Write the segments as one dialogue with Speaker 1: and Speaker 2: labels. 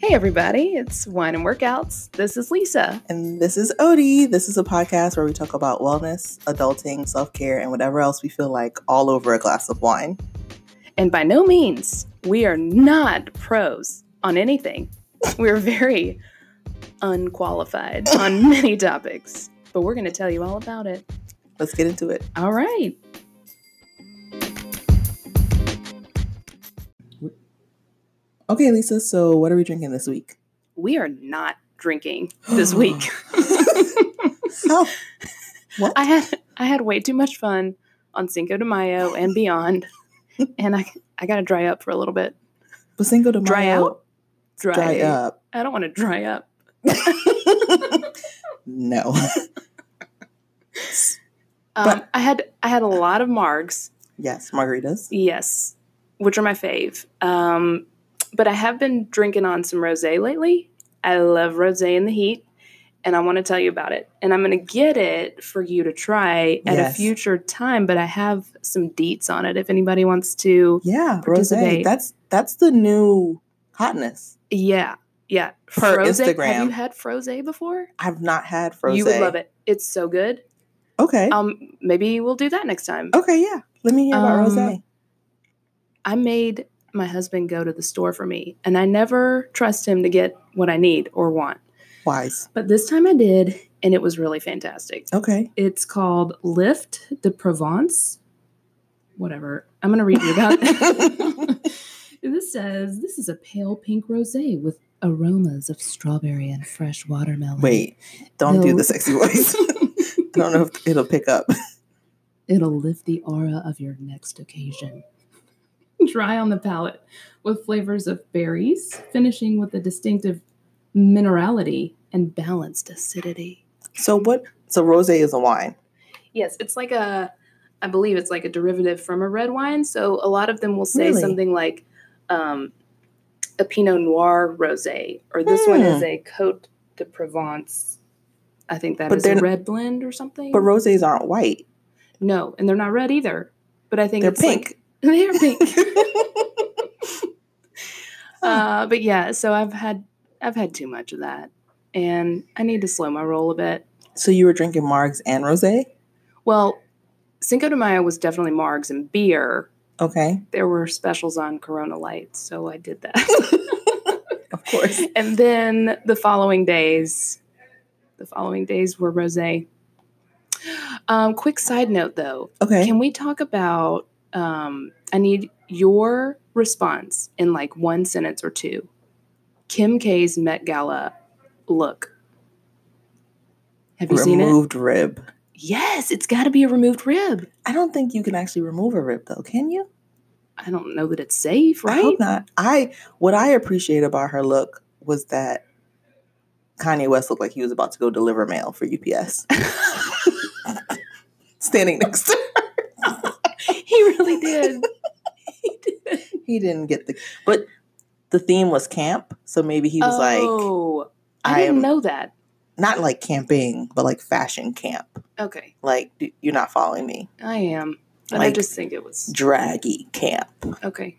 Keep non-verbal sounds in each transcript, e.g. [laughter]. Speaker 1: Hey, everybody, it's Wine and Workouts. This is Lisa.
Speaker 2: And this is Odie. This is a podcast where we talk about wellness, adulting, self care, and whatever else we feel like all over a glass of wine.
Speaker 1: And by no means, we are not pros on anything. [laughs] We're very unqualified
Speaker 2: [laughs]
Speaker 1: on many topics, but we're going to tell you all about it.
Speaker 2: Let's get into it.
Speaker 1: All right.
Speaker 2: Okay, Lisa, so what are we drinking this week?
Speaker 1: We are not drinking
Speaker 2: [gasps]
Speaker 1: this week.
Speaker 2: [laughs] Oh,
Speaker 1: I had I had way too much fun on Cinco de Mayo and
Speaker 2: [laughs]
Speaker 1: beyond, and I I got to dry up for a little bit.
Speaker 2: but Cinco de Mayo.
Speaker 1: Dry out. Dry,
Speaker 2: Dry up.
Speaker 1: I don't want to dry up.
Speaker 2: No. [laughs]
Speaker 1: Um,
Speaker 2: But-
Speaker 1: I had I had a lot of margs.
Speaker 2: yes, margaritas.
Speaker 1: Yes, which are my fave. Um, but I have been drinking on some rosé lately. I love rosé in the heat, and I want to tell you about it. And I'm going to get it for you to try at a
Speaker 2: Yes.
Speaker 1: future time. But I have some deets on it if anybody wants to.
Speaker 2: Yeah,
Speaker 1: Participate.
Speaker 2: rosé. That's that's the new hotness.
Speaker 1: Yeah, yeah.
Speaker 2: Per
Speaker 1: Have
Speaker 2: Instagram.
Speaker 1: you had frosé before?
Speaker 2: I've not had rosé.
Speaker 1: You would love it. It's so good.
Speaker 2: Okay.
Speaker 1: Um, maybe we'll do that next time.
Speaker 2: okay, yeah. Let me hear about
Speaker 1: Um,
Speaker 2: rosé.
Speaker 1: I made my husband go to the store for me, and I never trust him to get what I need or want.
Speaker 2: Wise.
Speaker 1: But this time I did, and it was really fantastic.
Speaker 2: Okay.
Speaker 1: It's called Lift de Provence. Whatever. I'm going to read you about
Speaker 2: [laughs]
Speaker 1: it. this says this is a pale pink rosé with aromas of strawberry and fresh watermelon.
Speaker 2: Wait, [laughs] don't do
Speaker 1: No.
Speaker 2: the sexy voice. [laughs] I don't know if it'll pick up.
Speaker 1: It'll lift the aura of your next occasion. Dry on the palate with flavors of berries, finishing with a distinctive minerality and balanced acidity.
Speaker 2: So what? So rosé is a wine.
Speaker 1: Yes, it's like a, I believe it's like a derivative from a red wine. So a lot of them will say
Speaker 2: Really?
Speaker 1: something like um, a Pinot Noir rosé, or this one is
Speaker 2: Hmm.
Speaker 1: a Cote de Provence. I think that
Speaker 2: But
Speaker 1: is a
Speaker 2: they're-
Speaker 1: red blend or something.
Speaker 2: But rosés aren't white.
Speaker 1: no, and they're not red either. But I think
Speaker 2: They're
Speaker 1: it's like- [laughs]
Speaker 2: pink.
Speaker 1: They're
Speaker 2: [laughs]
Speaker 1: pink. uh, but yeah, so I've had I've had too much of that, and I need to slow my roll a bit.
Speaker 2: so you were drinking margs and rosé?
Speaker 1: Well, Cinco de Mayo was definitely margs and beer.
Speaker 2: Okay.
Speaker 1: There were specials on Corona Light, so I did that.
Speaker 2: [laughs]
Speaker 1: [laughs]
Speaker 2: Of course.
Speaker 1: and then the following days, the following days were rosé. Um, quick side note, though.
Speaker 2: Okay.
Speaker 1: Can we talk about? Um, I need your response in like one sentence or two. Kim K's Met Gala look. Have you seen it?
Speaker 2: Removed rib.
Speaker 1: Yes, it's got to be a removed rib.
Speaker 2: I don't think you can actually remove a rib though, can you?
Speaker 1: I don't know that it's safe,
Speaker 2: I
Speaker 1: right?
Speaker 2: hope not. I what I appreciate about her look was that Kanye West looked like he was about to go deliver mail for
Speaker 1: [laughs]
Speaker 2: UPS. [laughs] Standing next to
Speaker 1: [laughs] he really did. he did.
Speaker 2: [laughs] he didn't get the but the theme was camp, so maybe he was like
Speaker 1: oh, I,
Speaker 2: I
Speaker 1: didn't
Speaker 2: am-
Speaker 1: know that.
Speaker 2: not like camping, but like fashion camp.
Speaker 1: Okay,
Speaker 2: Like d- you're not following me.
Speaker 1: I am. But I
Speaker 2: Like-
Speaker 1: just think it was
Speaker 2: Draggy camp.
Speaker 1: okay.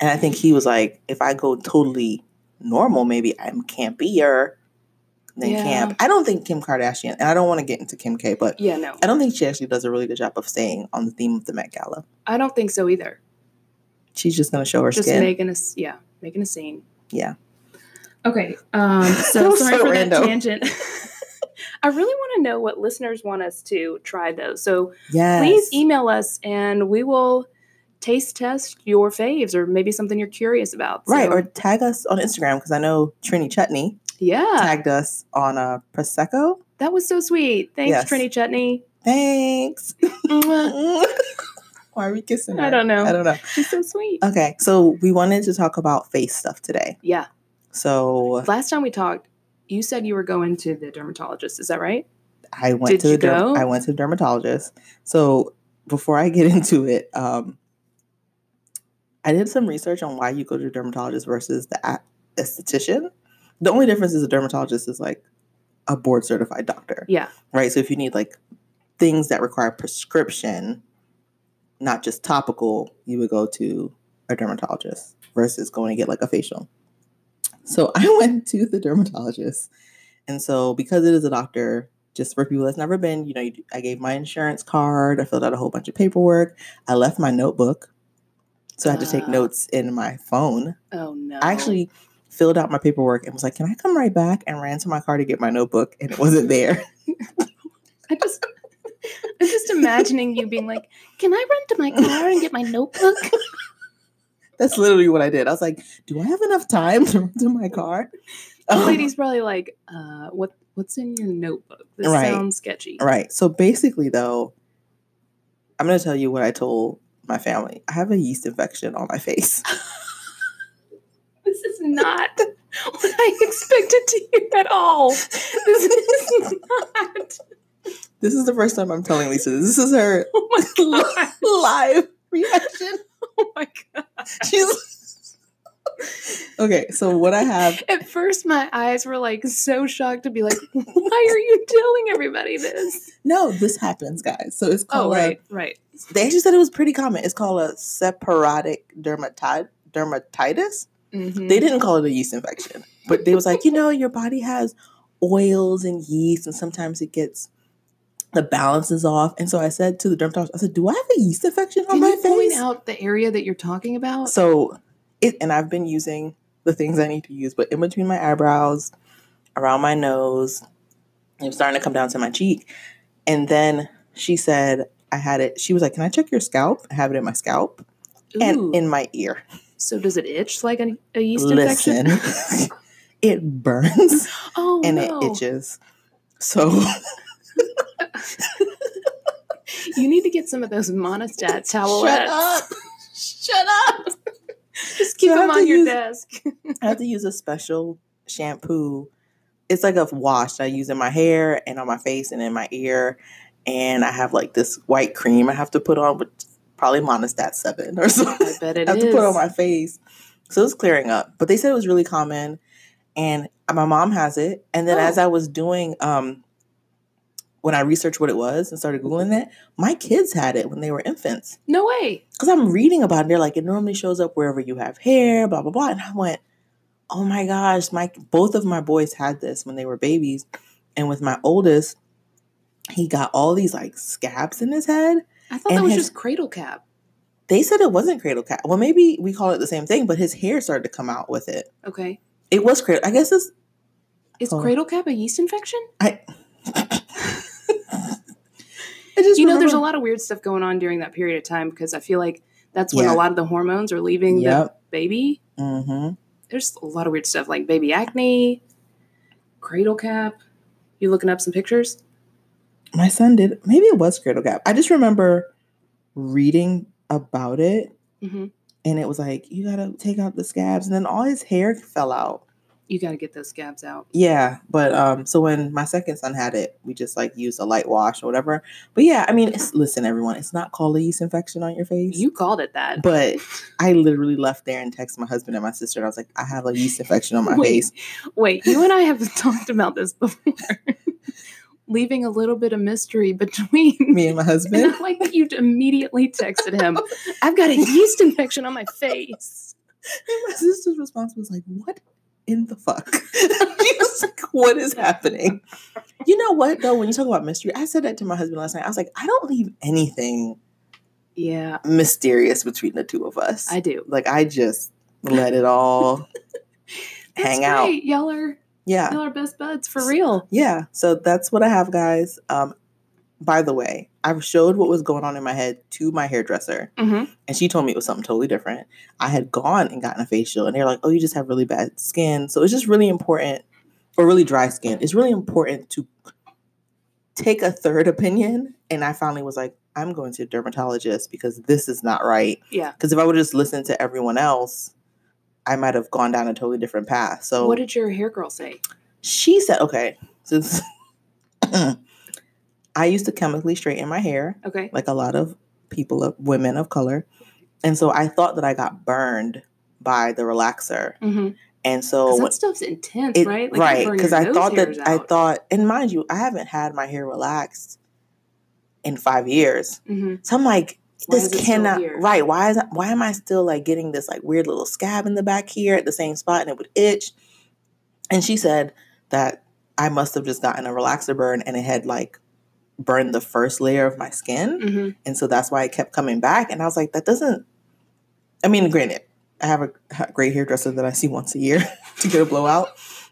Speaker 2: And I think he was like, if I go totally normal, maybe I'm campier than
Speaker 1: Yeah.
Speaker 2: camp. I don't think Kim Kardashian, and I don't want to get into Kim K, but
Speaker 1: Yeah, no,
Speaker 2: I don't think she actually does a really good job of staying on the theme of the Met Gala.
Speaker 1: I don't think so either.
Speaker 2: She's just going to show her
Speaker 1: just
Speaker 2: skin.
Speaker 1: making a yeah making a scene
Speaker 2: Yeah.
Speaker 1: okay
Speaker 2: [laughs]
Speaker 1: um
Speaker 2: That
Speaker 1: so
Speaker 2: was
Speaker 1: sorry
Speaker 2: so
Speaker 1: for that
Speaker 2: random.
Speaker 1: tangent [laughs] i really want to know what listeners want us to try though so
Speaker 2: yes.
Speaker 1: please email us and we will taste test your faves or maybe something you're curious about
Speaker 2: Right,
Speaker 1: So,
Speaker 2: or tag us on Instagram because I know Trini Chutney
Speaker 1: yeah
Speaker 2: tagged us on uh, Prosecco.
Speaker 1: that was so sweet thanks
Speaker 2: Yes.
Speaker 1: trini
Speaker 2: [laughs]
Speaker 1: chutney
Speaker 2: Thanks. [laughs]
Speaker 1: Mwah.
Speaker 2: Why are we kissing?
Speaker 1: I
Speaker 2: her?
Speaker 1: don't know.
Speaker 2: I don't Uh, know.
Speaker 1: she's so sweet
Speaker 2: Okay, so we wanted to talk about face stuff today.
Speaker 1: yeah
Speaker 2: So
Speaker 1: last time we talked you said you were going to the dermatologist is that right
Speaker 2: I went
Speaker 1: Did
Speaker 2: to
Speaker 1: you
Speaker 2: the derm-
Speaker 1: go?
Speaker 2: I went to the dermatologist. So before I get [laughs] into it, um, I did some research on why you go to a dermatologist versus the a- esthetician. The only difference is a dermatologist is like a board certified doctor,
Speaker 1: yeah
Speaker 2: right? So if you need like things that require prescription, not just topical, you would go to a dermatologist versus going to get like a facial. So [laughs] I went to the dermatologist. And so because it is a doctor, just for people that's never been, you know, you, do- I gave my insurance card, I filled out a whole bunch of paperwork, I left my notebook. So I had to take
Speaker 1: Ah.
Speaker 2: notes in my phone.
Speaker 1: Oh no. [laughs]
Speaker 2: I actually filled out my paperwork and was like, "Can I come right back?" and ran to my car to get my notebook and it wasn't there.
Speaker 1: I just I'm just imagining you being like, Can I run to my car and get my
Speaker 2: [laughs]
Speaker 1: notebook?
Speaker 2: That's literally what I did. I was like, "Do I have enough time to run to
Speaker 1: [laughs]
Speaker 2: my car?"
Speaker 1: The
Speaker 2: Um,
Speaker 1: lady's probably like, uh, what what's in your notebook? This
Speaker 2: Right.
Speaker 1: sounds sketchy.
Speaker 2: Right. So basically, though, I'm going to tell you what I told my family. I have a yeast infection on my face. [laughs]
Speaker 1: This is not what I expected to hear at all. This is not.
Speaker 2: This is the first time I'm telling Lisa. This is her [laughs]
Speaker 1: Oh my god.
Speaker 2: live reaction.
Speaker 1: Oh my god.
Speaker 2: She's [laughs] okay. So what I have,
Speaker 1: At first my eyes were like so shocked to be like, why are you telling everybody this?
Speaker 2: no, this happens, guys. So it's
Speaker 1: Oh
Speaker 2: called. a-
Speaker 1: right, right.
Speaker 2: they actually said it was pretty common. It's called a separotic dermati- dermatitis.
Speaker 1: Mhm.
Speaker 2: They didn't call it a yeast infection, but they was like, you know, your body has oils and yeast, and sometimes it gets the balance is off. And so I said to the dermatologist, I said, "Do I have a yeast infection on
Speaker 1: Can
Speaker 2: my
Speaker 1: you point
Speaker 2: face?"
Speaker 1: out the area that you're talking about?
Speaker 2: So it, and I've been using the things I need to use, but in between my eyebrows, around my nose, it was starting to come down to my cheek, and then she said. I had it. She was like, "Can I check your scalp? I have it in my scalp."
Speaker 1: Ooh.
Speaker 2: and in my ear.
Speaker 1: so does it itch like a, a yeast
Speaker 2: Listen, [laughs]
Speaker 1: infection?
Speaker 2: it burns
Speaker 1: Oh
Speaker 2: and
Speaker 1: no.
Speaker 2: it itches. So [laughs]
Speaker 1: You need to get some of those monostat towelettes.
Speaker 2: [laughs] shut up, shut up.
Speaker 1: Just keep
Speaker 2: So I
Speaker 1: them
Speaker 2: have to
Speaker 1: on your
Speaker 2: use-
Speaker 1: desk.
Speaker 2: [laughs] I have to use a special shampoo. It's like a wash that I use in my hair and on my face and in my ear. And I have like this white cream I have to put on, which is probably Monistat seven or [laughs] something.
Speaker 1: I bet it
Speaker 2: [laughs] I have to
Speaker 1: is.
Speaker 2: put on my face. So it's clearing up. But they said it was really common. And my mom has it. And then
Speaker 1: Oh.
Speaker 2: as I was doing, um, when I researched what it was and started Googling it, my kids had it when they were infants.
Speaker 1: no way.
Speaker 2: Because I'm reading about it. And they're like, it normally shows up wherever you have hair, blah, blah, blah. And I went, oh my gosh, my both of my boys had this when they were babies. And with my oldest, he got all these like scabs in his head
Speaker 1: I thought
Speaker 2: And
Speaker 1: that was
Speaker 2: his-
Speaker 1: just cradle cap.
Speaker 2: they said it wasn't cradle cap. Well, maybe we call it the same thing, but his hair started to come out with it.
Speaker 1: Okay.
Speaker 2: It was cradle. I guess it's
Speaker 1: Is
Speaker 2: Oh.
Speaker 1: cradle cap a yeast infection?
Speaker 2: I just
Speaker 1: You know, there's a
Speaker 2: remember-
Speaker 1: lot of weird stuff going on during that period of time because I feel like that's when a
Speaker 2: Yeah.
Speaker 1: lot of the hormones are leaving
Speaker 2: Yep.
Speaker 1: the baby.
Speaker 2: Mhm.
Speaker 1: There's a lot of weird stuff like baby acne, cradle cap. You looking up some pictures?
Speaker 2: My son did. Maybe it was cradle cap. I just remember reading about it,
Speaker 1: hmm
Speaker 2: and it was like you gotta take out the scabs, and then all his hair fell out.
Speaker 1: You got to get those scabs out.
Speaker 2: Yeah, but um, so when my second son had it, we just like used a light wash or whatever. But yeah, I mean, it's, listen, everyone, it's not called a yeast infection on your face.
Speaker 1: You called it that.
Speaker 2: But I literally left there and texted my husband and my sister, and I was like, I have a yeast infection on my
Speaker 1: Wait.
Speaker 2: face.
Speaker 1: Wait, you and I have [laughs] talked about this
Speaker 2: [laughs]
Speaker 1: before, leaving a little bit of mystery between. [laughs]
Speaker 2: Me and my
Speaker 1: And
Speaker 2: husband.
Speaker 1: I like that you immediately texted
Speaker 2: [laughs]
Speaker 1: him, I've got a yeast infection on my face.
Speaker 2: And my sister's response was like, What in the fuck? [laughs] she was like, What is happening? You know what, though, when you talk about mystery, I said that to my husband last night. I was like, I don't leave anything
Speaker 1: Yeah,
Speaker 2: mysterious between the two of us.
Speaker 1: I do.
Speaker 2: like, I just let it all
Speaker 1: That's
Speaker 2: hang out. Uh,
Speaker 1: right. Y'all are,
Speaker 2: Yeah.
Speaker 1: y'all are best buds for real.
Speaker 2: Yeah, so that's what I have, guys. Um, by the way, I showed what was going on in my head to my hairdresser,
Speaker 1: Mm-hmm.
Speaker 2: and she told me it was something totally different. I had gone and gotten a facial, and they're like, "Oh, you just have really bad skin." So it's just really important, or really dry skin. It's really important to take a third opinion. And I finally was like, "I'm going to a dermatologist because this is not right."
Speaker 1: Yeah.
Speaker 2: Because if I would just listen to everyone else, I might have gone down a totally different path. So
Speaker 1: What did your hair girl say?
Speaker 2: she said, okay, since [coughs] I used to chemically straighten my hair,
Speaker 1: Okay.
Speaker 2: like a lot of people, of women of color. And so I thought that I got burned by the relaxer.
Speaker 1: Mm-hmm.
Speaker 2: And so, when-
Speaker 1: that stuff's intense,
Speaker 2: it,
Speaker 1: right?
Speaker 2: right, because I thought that I
Speaker 1: thought.
Speaker 2: thought, and mind you, I haven't had my hair relaxed in five years.
Speaker 1: hmm
Speaker 2: So I'm like,
Speaker 1: Why
Speaker 2: this
Speaker 1: is it still
Speaker 2: cannot
Speaker 1: here?
Speaker 2: right. Why is why am I still like getting this like weird little scab in the back here at the same spot and it would itch? And she said that I must have just gotten a relaxer burn and it had like burned the first layer of my skin.
Speaker 1: Mm-hmm.
Speaker 2: And so that's why it kept coming back. And I was like, that doesn't, I mean, granted, I have a ha- great hairdresser that I see once a year [laughs] to get a
Speaker 1: [laughs]
Speaker 2: blowout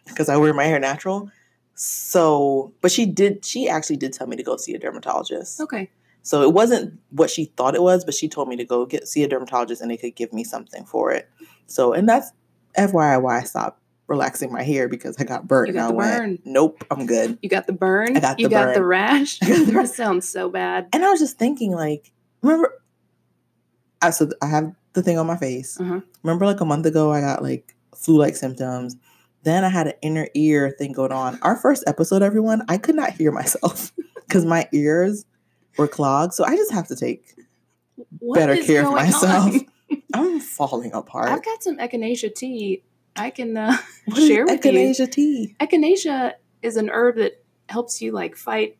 Speaker 2: because I wear my hair natural. So, but she did, she actually did tell me to go see a dermatologist.
Speaker 1: Okay.
Speaker 2: So it wasn't what she thought it was, but she told me to go get see a dermatologist and they could give me something for it. So and that's FYI why I stopped relaxing my hair because I got burnt.
Speaker 1: You got
Speaker 2: and I
Speaker 1: the
Speaker 2: went,
Speaker 1: burn.
Speaker 2: Nope, I'm good.
Speaker 1: You got the burn.
Speaker 2: I got
Speaker 1: you
Speaker 2: the
Speaker 1: got the
Speaker 2: burn. [laughs]
Speaker 1: rash.
Speaker 2: I got the
Speaker 1: that
Speaker 2: rash.
Speaker 1: sounds so bad.
Speaker 2: And I was just thinking, like, remember I so I have the thing on my face.
Speaker 1: Uh-huh.
Speaker 2: Remember like a month ago I got like flu like symptoms. Then I had an inner ear thing going on. Our first episode, everyone, I could not hear myself [laughs] because my ears were clogged. So I just have to take
Speaker 1: What
Speaker 2: Better
Speaker 1: is
Speaker 2: care for
Speaker 1: going
Speaker 2: [laughs] myself.
Speaker 1: on?
Speaker 2: I'm falling apart.
Speaker 1: I've got some echinacea tea. I can uh, [laughs]
Speaker 2: What is
Speaker 1: share with you.
Speaker 2: echinacea tea.
Speaker 1: echinacea is an herb that helps you like fight.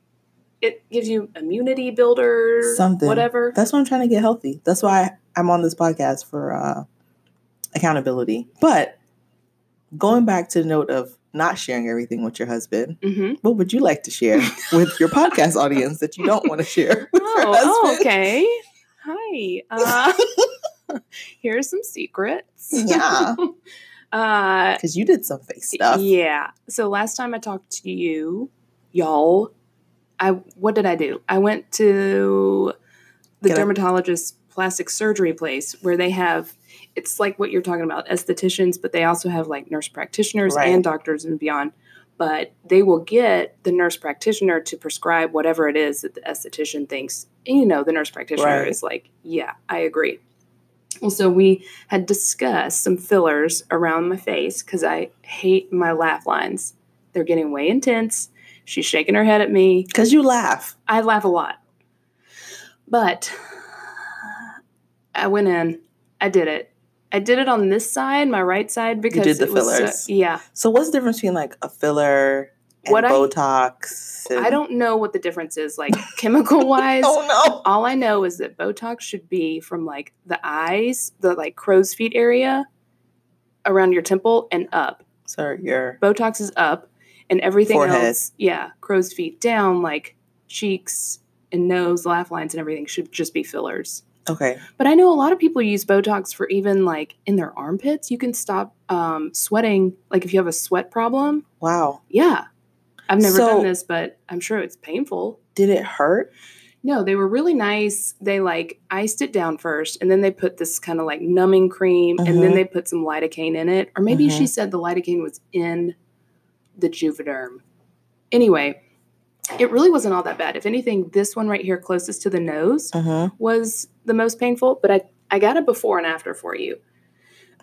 Speaker 1: It gives you immunity builder,
Speaker 2: Something.
Speaker 1: whatever.
Speaker 2: That's why I'm trying to get healthy. That's why I'm on this podcast for uh, accountability. But going back to the note of not sharing everything with your husband, [laughs]
Speaker 1: mm-hmm.
Speaker 2: what would you like
Speaker 1: [laughs]
Speaker 2: to share with your podcast audience that you don't want to share with your
Speaker 1: Oh,
Speaker 2: husband?
Speaker 1: oh, okay. Hi. Uh, [laughs] here's some secrets.
Speaker 2: [laughs] Yeah,
Speaker 1: [laughs] Uh,
Speaker 2: because you did some
Speaker 1: [laughs]
Speaker 2: fake stuff.
Speaker 1: Yeah. So last time I talked to you, y'all, I what did I do? I went to the
Speaker 2: Get a-
Speaker 1: dermatologist plastic surgery place where they have it's like what you're talking about, estheticians, but they also have like nurse practitioners
Speaker 2: Right.
Speaker 1: and doctors and beyond. But they will get the nurse practitioner to prescribe whatever it is that the esthetician thinks. And you know, the nurse practitioner
Speaker 2: Right.
Speaker 1: is like, yeah, I agree. Well, so we had discussed some fillers around my face because I hate my laugh lines. They're getting way intense. She's shaking her head at me.
Speaker 2: Because you laugh.
Speaker 1: I laugh a lot. But I went in. I did it. I did it on this side, my right side, because
Speaker 2: did the
Speaker 1: it was so-
Speaker 2: fillers.
Speaker 1: yeah,
Speaker 2: So what's the difference between like a filler and
Speaker 1: What I-
Speaker 2: Botox? and-
Speaker 1: I don't know what the difference is, like [laughs] chemical wise.
Speaker 2: Oh
Speaker 1: All I know is that Botox should be from like the eyes, the like crow's feet area around your temple and up.
Speaker 2: no! Sorry, you're
Speaker 1: Botox is up and everything
Speaker 2: Forehead.
Speaker 1: else, yeah, crow's feet down, like cheeks and nose, laugh lines and everything should just be fillers.
Speaker 2: okay.
Speaker 1: But I know a lot of people use Botox for even like in their armpits. You can stop um, sweating, like if you have a sweat problem.
Speaker 2: Wow.
Speaker 1: Yeah. I've never
Speaker 2: So-
Speaker 1: done this, but I'm sure it's painful.
Speaker 2: Did it hurt?
Speaker 1: No, they were really nice. They like iced it down first and then they put this kind of like numbing cream and then
Speaker 2: Mhm.
Speaker 1: they put some lidocaine in it. Or maybe she
Speaker 2: Mhm.
Speaker 1: said the lidocaine was in the Juvederm. Anyway, it really wasn't all that bad. If anything, this one right here closest to the nose
Speaker 2: Mm-hmm.
Speaker 1: was the most painful, but I, I got a before and after for you.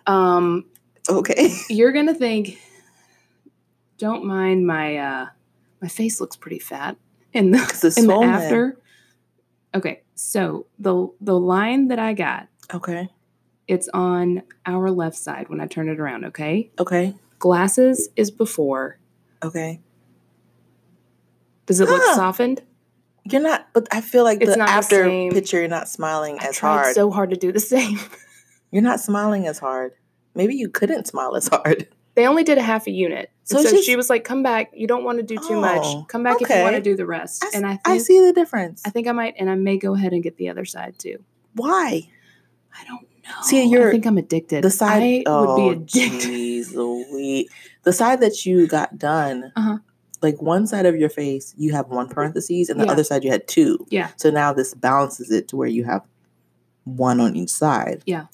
Speaker 1: Um,
Speaker 2: Okay.
Speaker 1: you're gonna think don't mind my uh my face looks pretty fat in the
Speaker 2: Because it's
Speaker 1: in the
Speaker 2: swollen.
Speaker 1: after. Okay, so the the line that I got,
Speaker 2: Okay.
Speaker 1: it's on our left side when I turn it around. Okay,
Speaker 2: Okay.
Speaker 1: glasses is before.
Speaker 2: Okay.
Speaker 1: Does it look
Speaker 2: Huh.
Speaker 1: softened?
Speaker 2: You're not, but I feel like
Speaker 1: It's
Speaker 2: the
Speaker 1: not the
Speaker 2: after
Speaker 1: same.
Speaker 2: picture, you're not smiling
Speaker 1: I
Speaker 2: as
Speaker 1: tried
Speaker 2: hard.
Speaker 1: so hard to do the [laughs] same.
Speaker 2: you're not smiling as hard. Maybe you couldn't smile as hard.
Speaker 1: They only did a half a unit,
Speaker 2: So
Speaker 1: so,
Speaker 2: it's just-
Speaker 1: she was like, "Come back. You don't want to do too
Speaker 2: Oh,
Speaker 1: much. Come back if you want to
Speaker 2: okay.
Speaker 1: do the rest."
Speaker 2: I s-
Speaker 1: and I think
Speaker 2: [laughs] I see the difference.
Speaker 1: I think I might, and I may go ahead and get the other side too.
Speaker 2: Why?
Speaker 1: I don't know.
Speaker 2: See, you're-
Speaker 1: I think I'm addicted.
Speaker 2: The side.
Speaker 1: I
Speaker 2: oh,
Speaker 1: [laughs] would be addicted.
Speaker 2: jeez Louise. The side that you got done,
Speaker 1: Uh-huh.
Speaker 2: like one side of your face, you have one parentheses, and the
Speaker 1: Yeah.
Speaker 2: other side you had two.
Speaker 1: Yeah.
Speaker 2: So now this balances it to where you have one on each side.
Speaker 1: Yeah.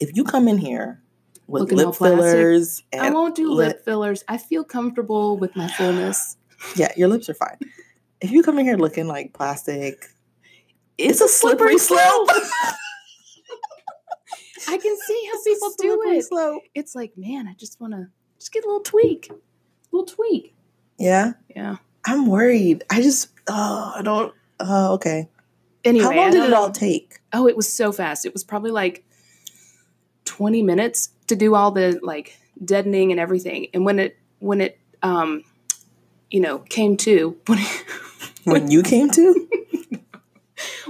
Speaker 2: If you come in here with
Speaker 1: Looking all
Speaker 2: lip
Speaker 1: plastic.
Speaker 2: fillers
Speaker 1: I
Speaker 2: and
Speaker 1: won't do lip,
Speaker 2: lip-
Speaker 1: fillers. I feel comfortable with my fullness.
Speaker 2: yeah, your lips are fine. If you come in here looking like plastic, it's, a slippery, slope.
Speaker 1: [laughs] I can see [laughs] how
Speaker 2: It's a
Speaker 1: people do
Speaker 2: [laughs] slippery
Speaker 1: it.
Speaker 2: slope.
Speaker 1: It's like, man, I just want to just get a little tweak, little tweak.
Speaker 2: Yeah,
Speaker 1: Yeah.
Speaker 2: I'm worried. I just oh, I don't. Oh, okay.
Speaker 1: Anyway,
Speaker 2: How
Speaker 1: I
Speaker 2: long did
Speaker 1: don't
Speaker 2: it all
Speaker 1: know.
Speaker 2: take?
Speaker 1: Oh, it was so fast. It was probably like twenty minutes to do all the like deadening and everything. And when it when it um you know came to [laughs] when
Speaker 2: When you came to?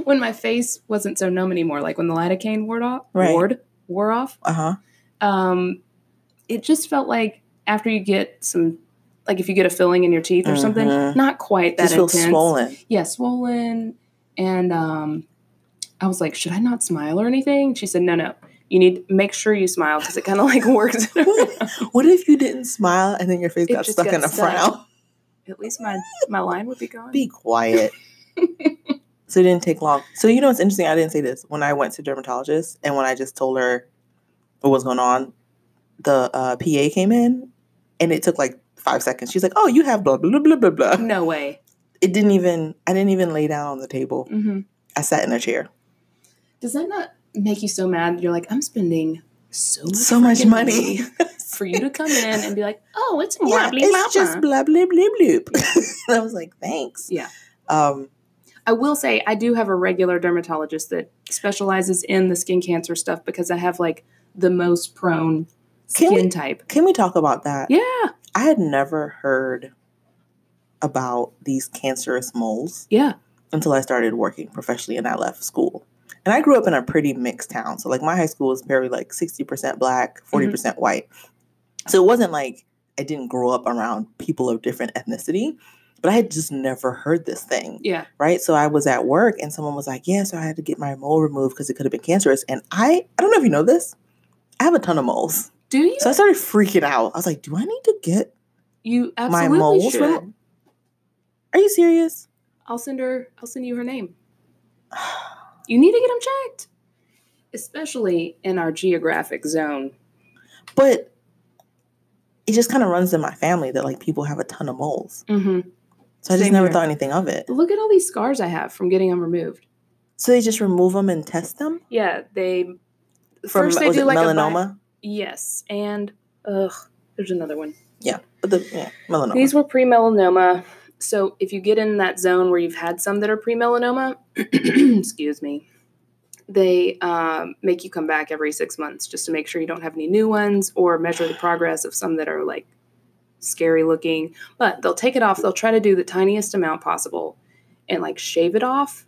Speaker 1: when my face wasn't so numb anymore, like when the lidocaine wore off,
Speaker 2: Right.
Speaker 1: ward wore off,
Speaker 2: Uh huh.
Speaker 1: um, it just felt like after you get some, like if you get a filling in your teeth or something,
Speaker 2: Mhm.
Speaker 1: not quite that
Speaker 2: Just feels
Speaker 1: intense. [laughs]
Speaker 2: swollen.
Speaker 1: Yeah, swollen. And um, I was like, should I not smile or anything? She said, no, no. You need make sure you smile because it kind of like [laughs]
Speaker 2: [laughs]
Speaker 1: works. it around.
Speaker 2: What if you didn't smile and then your face
Speaker 1: It
Speaker 2: got
Speaker 1: just
Speaker 2: stuck
Speaker 1: got
Speaker 2: in a
Speaker 1: stuck.
Speaker 2: frown? [laughs]
Speaker 1: At least my my line would be gone.
Speaker 2: Be quiet. so it didn't take long. So you know it's interesting. I didn't say this when I went to dermatologist and when I just told her what was going on. The uh, PA came in and it took like five seconds. She's like, "Oh, you have blah blah blah blah blah blah."
Speaker 1: no way.
Speaker 2: It didn't even. I didn't even lay down on the table.
Speaker 1: hmm
Speaker 2: I sat in a chair.
Speaker 1: Does that not make you so mad? You're like, I'm spending so much
Speaker 2: So much
Speaker 1: freaking
Speaker 2: money.
Speaker 1: for you to come in and be like, oh, it's
Speaker 2: [laughs] yeah,
Speaker 1: wobbly
Speaker 2: it's just
Speaker 1: mama.
Speaker 2: blah blah blah blah. and I was like, "Thanks."
Speaker 1: Yeah.
Speaker 2: Um.
Speaker 1: I will say I do have a regular dermatologist that specializes in the skin cancer stuff because I have like the most prone
Speaker 2: Can
Speaker 1: skin
Speaker 2: we-
Speaker 1: type.
Speaker 2: Can we talk about that?
Speaker 1: Yeah.
Speaker 2: I had never heard about these cancerous moles
Speaker 1: Yeah.
Speaker 2: until I started working professionally and I left school. And I grew up in a pretty mixed town. So like my high school was very like 60% black, 40% percent white. So it wasn't like I didn't grow up around people of different ethnicity, but I had just never heard this thing,
Speaker 1: Yeah.
Speaker 2: right? So I was at work and someone was like, "Yeah, so I had to get my mole removed because it could have been cancerous." And I I don't know if you know this. I have a ton of moles.
Speaker 1: Do you?
Speaker 2: So I started freaking out. I was like, "Do I need to get
Speaker 1: you
Speaker 2: my
Speaker 1: absolutely
Speaker 2: moles.
Speaker 1: should.
Speaker 2: remo- Are you serious?
Speaker 1: I'll send her. I'll send you her name. You need to get them checked, especially in our geographic zone.
Speaker 2: But it just kind of runs in my family that like people have a ton of moles.
Speaker 1: Mm-hmm.
Speaker 2: So I just
Speaker 1: Same
Speaker 2: never
Speaker 1: here.
Speaker 2: thought anything of it.
Speaker 1: Look at all these scars I have from getting them removed.
Speaker 2: So they just remove them and test them
Speaker 1: Yeah, they
Speaker 2: from
Speaker 1: first they
Speaker 2: was
Speaker 1: do
Speaker 2: it
Speaker 1: like a bi-
Speaker 2: melanoma?
Speaker 1: yes, and ugh, there's another one.
Speaker 2: But the yeah, melanoma.
Speaker 1: These were pre melanoma. So if you get in that zone where you've had some that are pre melanoma, [clears throat] excuse me, they um, make you come back every six months just to make sure you don't have any new ones or measure the progress of some that are like scary looking. But they'll take it off. They'll try to do the tiniest amount possible and like shave it off.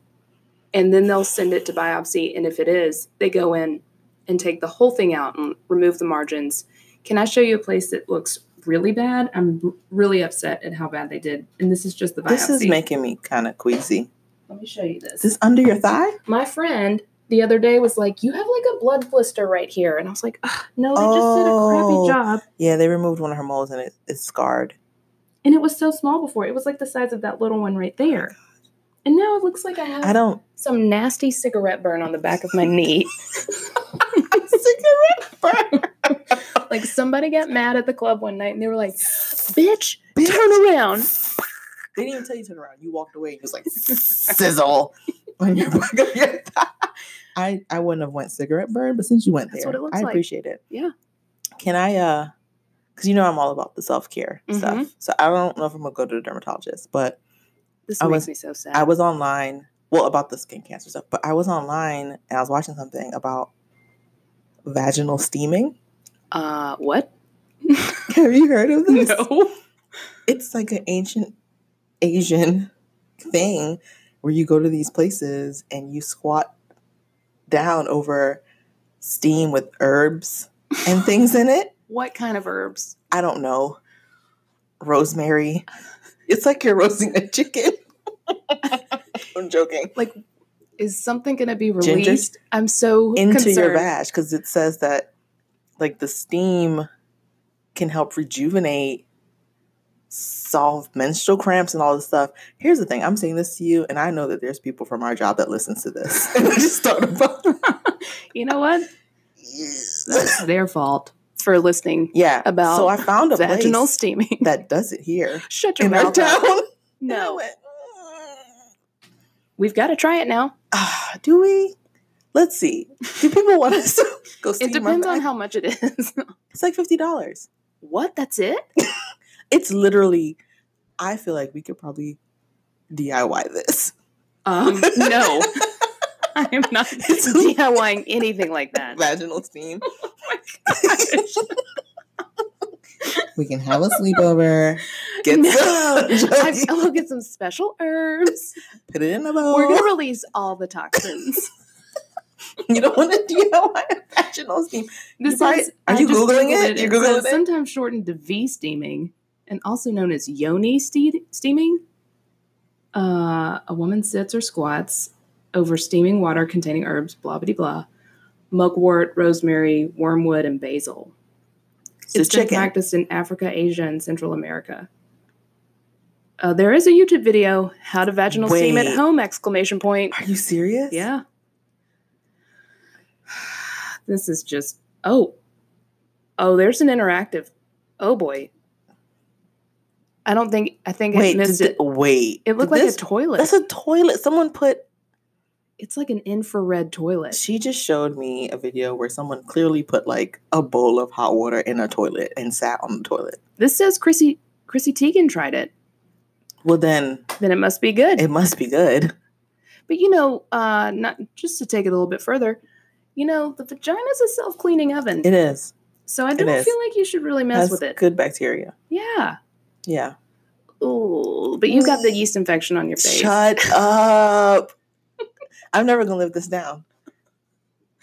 Speaker 1: And then they'll send it to biopsy. And if it is, they go in and take the whole thing out and remove the margins. Can I show you a place that looks really bad? I'm r- really upset at how bad they did. And this is just the biopsy.
Speaker 2: this is making me kind of queasy.
Speaker 1: Let me show you this.
Speaker 2: Is this under your thigh?
Speaker 1: My friend the other day was like, "You have like a blood blister right here," and I was like, Ugh, "No, they
Speaker 2: Oh.
Speaker 1: just did a crappy job."
Speaker 2: Yeah, they removed one of her moles and it, it's scarred.
Speaker 1: And it was so small before; it was like the size of that little one right there. And now it looks like I have
Speaker 2: Oh
Speaker 1: [laughs]
Speaker 2: I don't.
Speaker 1: some nasty cigarette burn on the back of my
Speaker 2: [laughs]
Speaker 1: knee.
Speaker 2: Cigarette burn.
Speaker 1: like somebody got mad at the club one night, and they were like, "Bitch, turn around!"
Speaker 2: [laughs] They didn't even tell you to turn around. You walked away and it
Speaker 1: [laughs]
Speaker 2: was like sizzle on your back of your thigh. I, I wouldn't have went cigarette burn, but since you went
Speaker 1: That's
Speaker 2: there,
Speaker 1: what it looks
Speaker 2: I
Speaker 1: like.
Speaker 2: appreciate it.
Speaker 1: Yeah.
Speaker 2: Can I uh because you know I'm all about the self-care
Speaker 1: Mm-hmm.
Speaker 2: stuff. So I don't know if I'm gonna go to the dermatologist, but
Speaker 1: This
Speaker 2: I
Speaker 1: makes
Speaker 2: was-
Speaker 1: me so sad.
Speaker 2: I was online. Well, about the skin cancer stuff, but I was online and I was watching something about vaginal steaming. [laughs]
Speaker 1: uh, what?
Speaker 2: Have you heard of this?
Speaker 1: no.
Speaker 2: it's like an ancient Asian thing where you go to these places and you squat down over steam with herbs and things in it.
Speaker 1: [laughs] What kind of herbs?
Speaker 2: I don't know. Rosemary. It's like you're roasting a chicken. [laughs] I'm joking.
Speaker 1: Is something going to be
Speaker 2: Ginger?
Speaker 1: released? I'm so
Speaker 2: Into your
Speaker 1: concerned.
Speaker 2: bash because it says that like the steam can help rejuvenate, solve menstrual cramps and all this stuff. Here's the thing, I'm saying this to you, and I know that there's people from our job that listens to this. [laughs] And I just thought about
Speaker 1: You know
Speaker 2: [laughs]
Speaker 1: what?
Speaker 2: it.
Speaker 1: their fault for listening
Speaker 2: Yeah.
Speaker 1: About
Speaker 2: so I found a
Speaker 1: vaginal
Speaker 2: place
Speaker 1: steaming. [laughs]
Speaker 2: that does it here
Speaker 1: Shut your
Speaker 2: in our
Speaker 1: mouth. up.
Speaker 2: town. [laughs] And I
Speaker 1: No,
Speaker 2: went,
Speaker 1: we've got to try it now.
Speaker 2: "Ah, do we? Let's see. Do people want us to [laughs] go see
Speaker 1: It depends on how much it is. [laughs]
Speaker 2: It's like fifty dollars.
Speaker 1: what? That's it?
Speaker 2: It's literally. I feel like we could probably DIY this.
Speaker 1: Um,
Speaker 2: [laughs]
Speaker 1: no, I am not
Speaker 2: It's-
Speaker 1: DIYing anything like that. [laughs]
Speaker 2: Vaginal steam. [laughs] we can have a sleepover. [laughs] Get
Speaker 1: No.
Speaker 2: some.
Speaker 1: I- I'll get some special herbs.
Speaker 2: Put it in a [laughs]
Speaker 1: We're gonna
Speaker 2: bowl.
Speaker 1: release all the toxins.
Speaker 2: You don't want to DIY a vaginal original steam.
Speaker 1: This
Speaker 2: [laughs] You probably-
Speaker 1: is,
Speaker 2: are
Speaker 1: I
Speaker 2: you
Speaker 1: just
Speaker 2: Googling it? You're
Speaker 1: says
Speaker 2: Googling it?
Speaker 1: Sometimes shortened to V steaming, and also known as yoni ste- steaming. Uh, a woman sits or squats over steaming water containing herbs, blah blah blah, mugwort, rosemary, wormwood, and basil.
Speaker 2: So
Speaker 1: it's been
Speaker 2: chicken.
Speaker 1: practiced in Africa, Asia, and Central America. Uh, there is a YouTube video, "How to Vaginal Steam at
Speaker 2: Wait.
Speaker 1: Home!" Exclamation point.
Speaker 2: Are you serious?
Speaker 1: Yeah. [sighs] This is just oh. Oh, there's an interactive. Oh boy. I don't think I think
Speaker 2: Wait,
Speaker 1: I missed
Speaker 2: did
Speaker 1: it.
Speaker 2: th- wait.
Speaker 1: It looked
Speaker 2: Did
Speaker 1: like
Speaker 2: this-
Speaker 1: a toilet.
Speaker 2: That's a toilet. Someone put.
Speaker 1: it's like an infrared toilet.
Speaker 2: She just showed me a video where someone clearly put like a bowl of hot water in a toilet and sat on the toilet.
Speaker 1: This says Chrissy Chrissy Teigen tried it.
Speaker 2: Well, then
Speaker 1: Then it must be good.
Speaker 2: it must be good.
Speaker 1: But you know, uh not just to take it a little bit further, you know, the vagina's a self-cleaning oven.
Speaker 2: It is.
Speaker 1: so I
Speaker 2: it
Speaker 1: don't
Speaker 2: is.
Speaker 1: feel like you should really mess
Speaker 2: That's
Speaker 1: with it.
Speaker 2: good bacteria.
Speaker 1: Yeah.
Speaker 2: Yeah.
Speaker 1: Ooh, but you got the yeast infection on your face.
Speaker 2: Shut up. I'm never gonna live this down.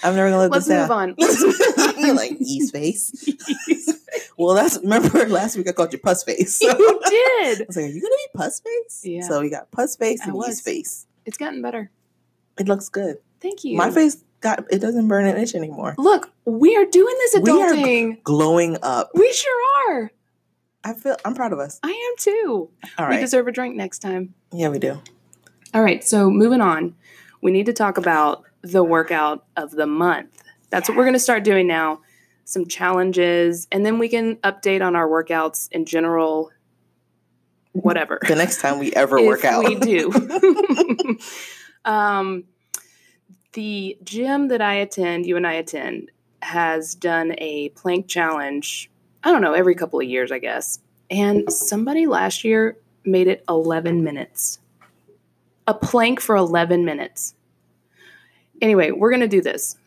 Speaker 2: I'm never gonna live
Speaker 1: Let's
Speaker 2: this
Speaker 1: move
Speaker 2: down.
Speaker 1: on.
Speaker 2: [laughs] You're
Speaker 1: [laughs]
Speaker 2: like yeast face. Well, that's remember last week I called you pus face. [laughs] So I
Speaker 1: you did.
Speaker 2: was like, "Are you gonna be pus face?"
Speaker 1: Yeah.
Speaker 2: So we got pus face
Speaker 1: I
Speaker 2: and
Speaker 1: was.
Speaker 2: yeast face.
Speaker 1: It's gotten better.
Speaker 2: It looks good.
Speaker 1: Thank you.
Speaker 2: My face got it doesn't burn an itch anymore.
Speaker 1: Look, we are doing this
Speaker 2: We are-
Speaker 1: adulting.
Speaker 2: Glowing up.
Speaker 1: We sure are.
Speaker 2: I feel I'm proud of us.
Speaker 1: I am too.
Speaker 2: All
Speaker 1: We
Speaker 2: right.
Speaker 1: deserve a drink next time.
Speaker 2: yeah, we do.
Speaker 1: All right. So moving on, we need to talk about the workout of the month. That's what we're going to start doing now. Some challenges, and then we can update on our workouts in general. Whatever.
Speaker 2: The next time we ever work
Speaker 1: if
Speaker 2: out.
Speaker 1: We
Speaker 2: [laughs]
Speaker 1: do. [laughs] um, the gym that I attend, you and I attend, has done a plank challenge. I don't know, every couple of years, I guess. And somebody last year made it 11 minutes. A plank for 11 minutes. Anyway, we're going to do this.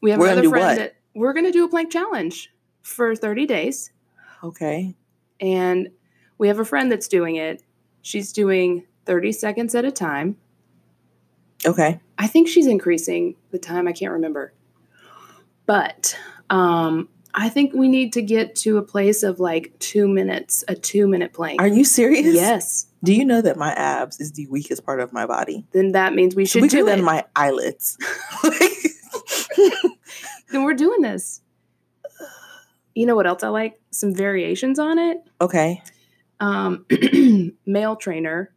Speaker 1: We have
Speaker 2: We're gonna
Speaker 1: another
Speaker 2: do
Speaker 1: friend
Speaker 2: what?
Speaker 1: that we're going to do a plank challenge for 30 days
Speaker 2: [laughs] Okay.
Speaker 1: and we have a friend that's doing it. She's doing 30 seconds at a time.
Speaker 2: Okay.
Speaker 1: I think she's increasing the time. I can't remember. But um, I think we need to get to a place of like two minutes, a two minute plank.
Speaker 2: Are you serious?
Speaker 1: Yes.
Speaker 2: Do you know that my abs is the weakest part of my body?
Speaker 1: Then that means we should
Speaker 2: Weaker
Speaker 1: do
Speaker 2: than
Speaker 1: it.
Speaker 2: my eyelids. [laughs]
Speaker 1: then we're doing this. You know what else I like? Some variations on it.
Speaker 2: okay.
Speaker 1: um, [clears throat] male trainer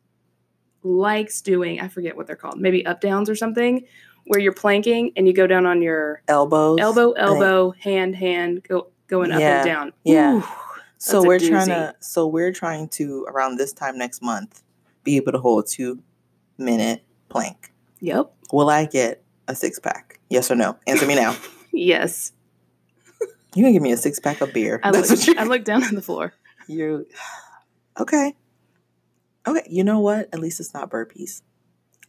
Speaker 1: likes doing i forget what they're called maybe up downs or something where you're planking and you go down on your
Speaker 2: Elbows.
Speaker 1: elbow elbow hand hand go going up
Speaker 2: Yeah,
Speaker 1: and down
Speaker 2: yeah.
Speaker 1: Ooh,
Speaker 2: So
Speaker 1: That's a
Speaker 2: we're
Speaker 1: doozy.
Speaker 2: trying to so we're trying to around this time next month be able to hold two minute plank.
Speaker 1: yep
Speaker 2: Will I get a six pack? Yes or no? Answer me
Speaker 1: [laughs]
Speaker 2: now.
Speaker 1: yes
Speaker 2: You can give me a six pack of beer.
Speaker 1: i
Speaker 2: That's
Speaker 1: looked,
Speaker 2: what you
Speaker 1: I looked down at the floor
Speaker 2: you Okay. Okay. You know what? At least it's not burpees.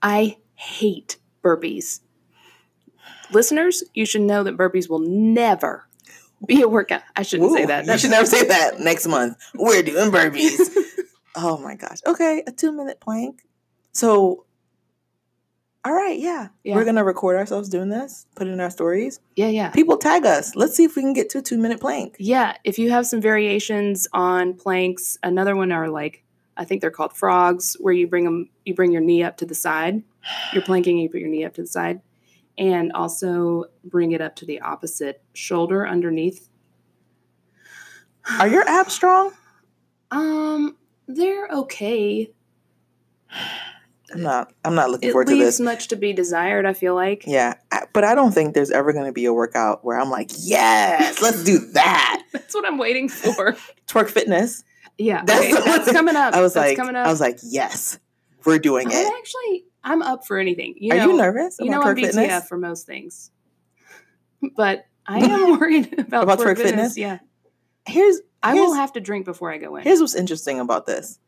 Speaker 1: i hate burpees listeners you should know that burpees will never be a workout i shouldn't say
Speaker 2: Ooh,
Speaker 1: that
Speaker 2: You should never say that next month. We're doing burpees. oh my gosh. Okay, a two minute plank. So all right, yeah.
Speaker 1: Yeah.
Speaker 2: We're gonna record ourselves doing this, put it in our stories.
Speaker 1: [laughs] yeah yeah
Speaker 2: People tag us. Let's see if we can get to a two minute plank.
Speaker 1: Yeah, if you have some variations on planks, another one are like I think they're called frogs, where you bring them, you bring your knee up to the side,
Speaker 2: [sighs]
Speaker 1: you're planking, and you put your knee up to the side, and also bring it up to the opposite shoulder underneath.
Speaker 2: Are your abs strong?
Speaker 1: [sighs] Um, they're okay.
Speaker 2: I'm not I'm not looking
Speaker 1: It
Speaker 2: forward to
Speaker 1: leaves
Speaker 2: this.
Speaker 1: much to be desired. I feel like.
Speaker 2: Yeah. I- but I don't think there's ever gonna be a workout where I'm like, yes, let's do that.
Speaker 1: That's what I'm
Speaker 2: [laughs]
Speaker 1: waiting for.
Speaker 2: Twerk fitness.
Speaker 1: yeah,
Speaker 2: That's
Speaker 1: okay,
Speaker 2: the
Speaker 1: that's
Speaker 2: one-
Speaker 1: coming up.
Speaker 2: I was
Speaker 1: that's
Speaker 2: like
Speaker 1: coming up.
Speaker 2: I was like, yes, we're doing
Speaker 1: I'm
Speaker 2: it.
Speaker 1: actually, I'm up for anything. You
Speaker 2: Are
Speaker 1: know,
Speaker 2: you nervous
Speaker 1: you
Speaker 2: about
Speaker 1: know I'm
Speaker 2: twerk fitness?
Speaker 1: BTF for most things, [laughs] but
Speaker 2: [laughs]
Speaker 1: I am worried [laughs] about,
Speaker 2: About
Speaker 1: twerk
Speaker 2: twerk fitness?
Speaker 1: Yeah,
Speaker 2: Here's
Speaker 1: I
Speaker 2: here's-
Speaker 1: will have to drink before I go in.
Speaker 2: Here's what's interesting about this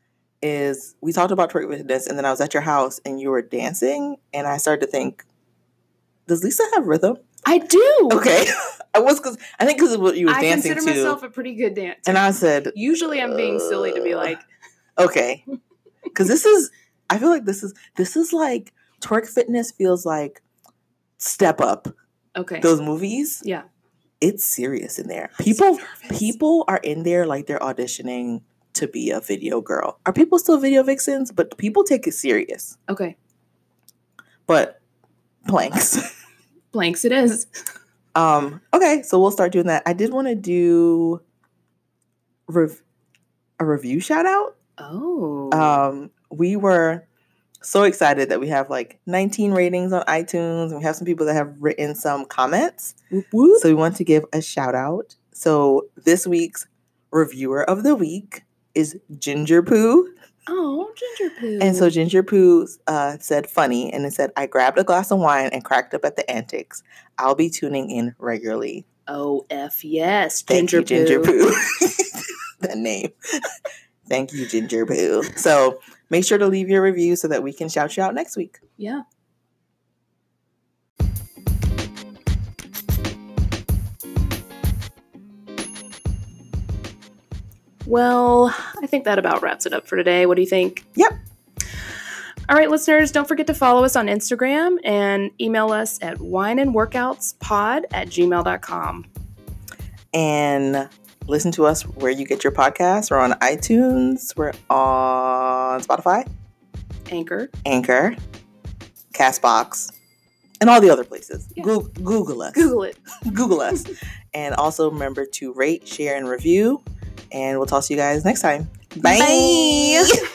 Speaker 2: is we talked about twerk fitness and then I was at your house and you were dancing and I started to think, does Lisa have rhythm? [laughs]
Speaker 1: I do.
Speaker 2: Okay. I was cause I think because of what you were
Speaker 1: I
Speaker 2: dancing
Speaker 1: consider
Speaker 2: to.
Speaker 1: myself a pretty good dancer.
Speaker 2: and I said,
Speaker 1: Usually, I'm being silly to be like, [laughs]
Speaker 2: okay. Cause this is I feel like this is this is like twerk fitness feels like step up.
Speaker 1: Okay.
Speaker 2: Those movies,
Speaker 1: yeah.
Speaker 2: it's serious in there.
Speaker 1: I'm so
Speaker 2: People
Speaker 1: nervous.
Speaker 2: people are in there like they're auditioning to be a video girl. Are people still video vixens? But people take it serious.
Speaker 1: Okay.
Speaker 2: But planks.
Speaker 1: Blanks it is.
Speaker 2: um okay, so we'll start doing that. I did want to do rev- a review shout out.
Speaker 1: Oh.
Speaker 2: um, we were so excited that we have like 19 ratings on iTunes and we have some people that have written some comments.
Speaker 1: Whoop, whoop.
Speaker 2: So we want to give a shout out. So this week's reviewer of the week is Ginger Poo.
Speaker 1: oh, ginger poo.
Speaker 2: And so Ginger Poo uh, said funny and it said, I grabbed a glass of wine and cracked up at the antics. I'll be tuning in regularly.
Speaker 1: O Oh, F yes,
Speaker 2: Thank
Speaker 1: ginger
Speaker 2: you, Ginger
Speaker 1: poo.
Speaker 2: Poo.
Speaker 1: [laughs]
Speaker 2: [laughs] that name. [laughs] Thank you, Ginger Poo. So make sure to leave your review so that we can shout you out next week.
Speaker 1: Yeah. Well, I think that about wraps it up for today. What do you think?
Speaker 2: Yep.
Speaker 1: All right, listeners, don't forget to follow us on Instagram and email us at wineandworkoutspod at gmail.com.
Speaker 2: and listen to us where you get your podcasts. We're on iTunes, we're on Spotify,
Speaker 1: Anchor.
Speaker 2: Anchor, Castbox, and all the other places.
Speaker 1: Yeah.
Speaker 2: Goo- Google us.
Speaker 1: Google it.
Speaker 2: Google us. and also remember to rate, share, and review. And we'll talk to you guys next time. Bye.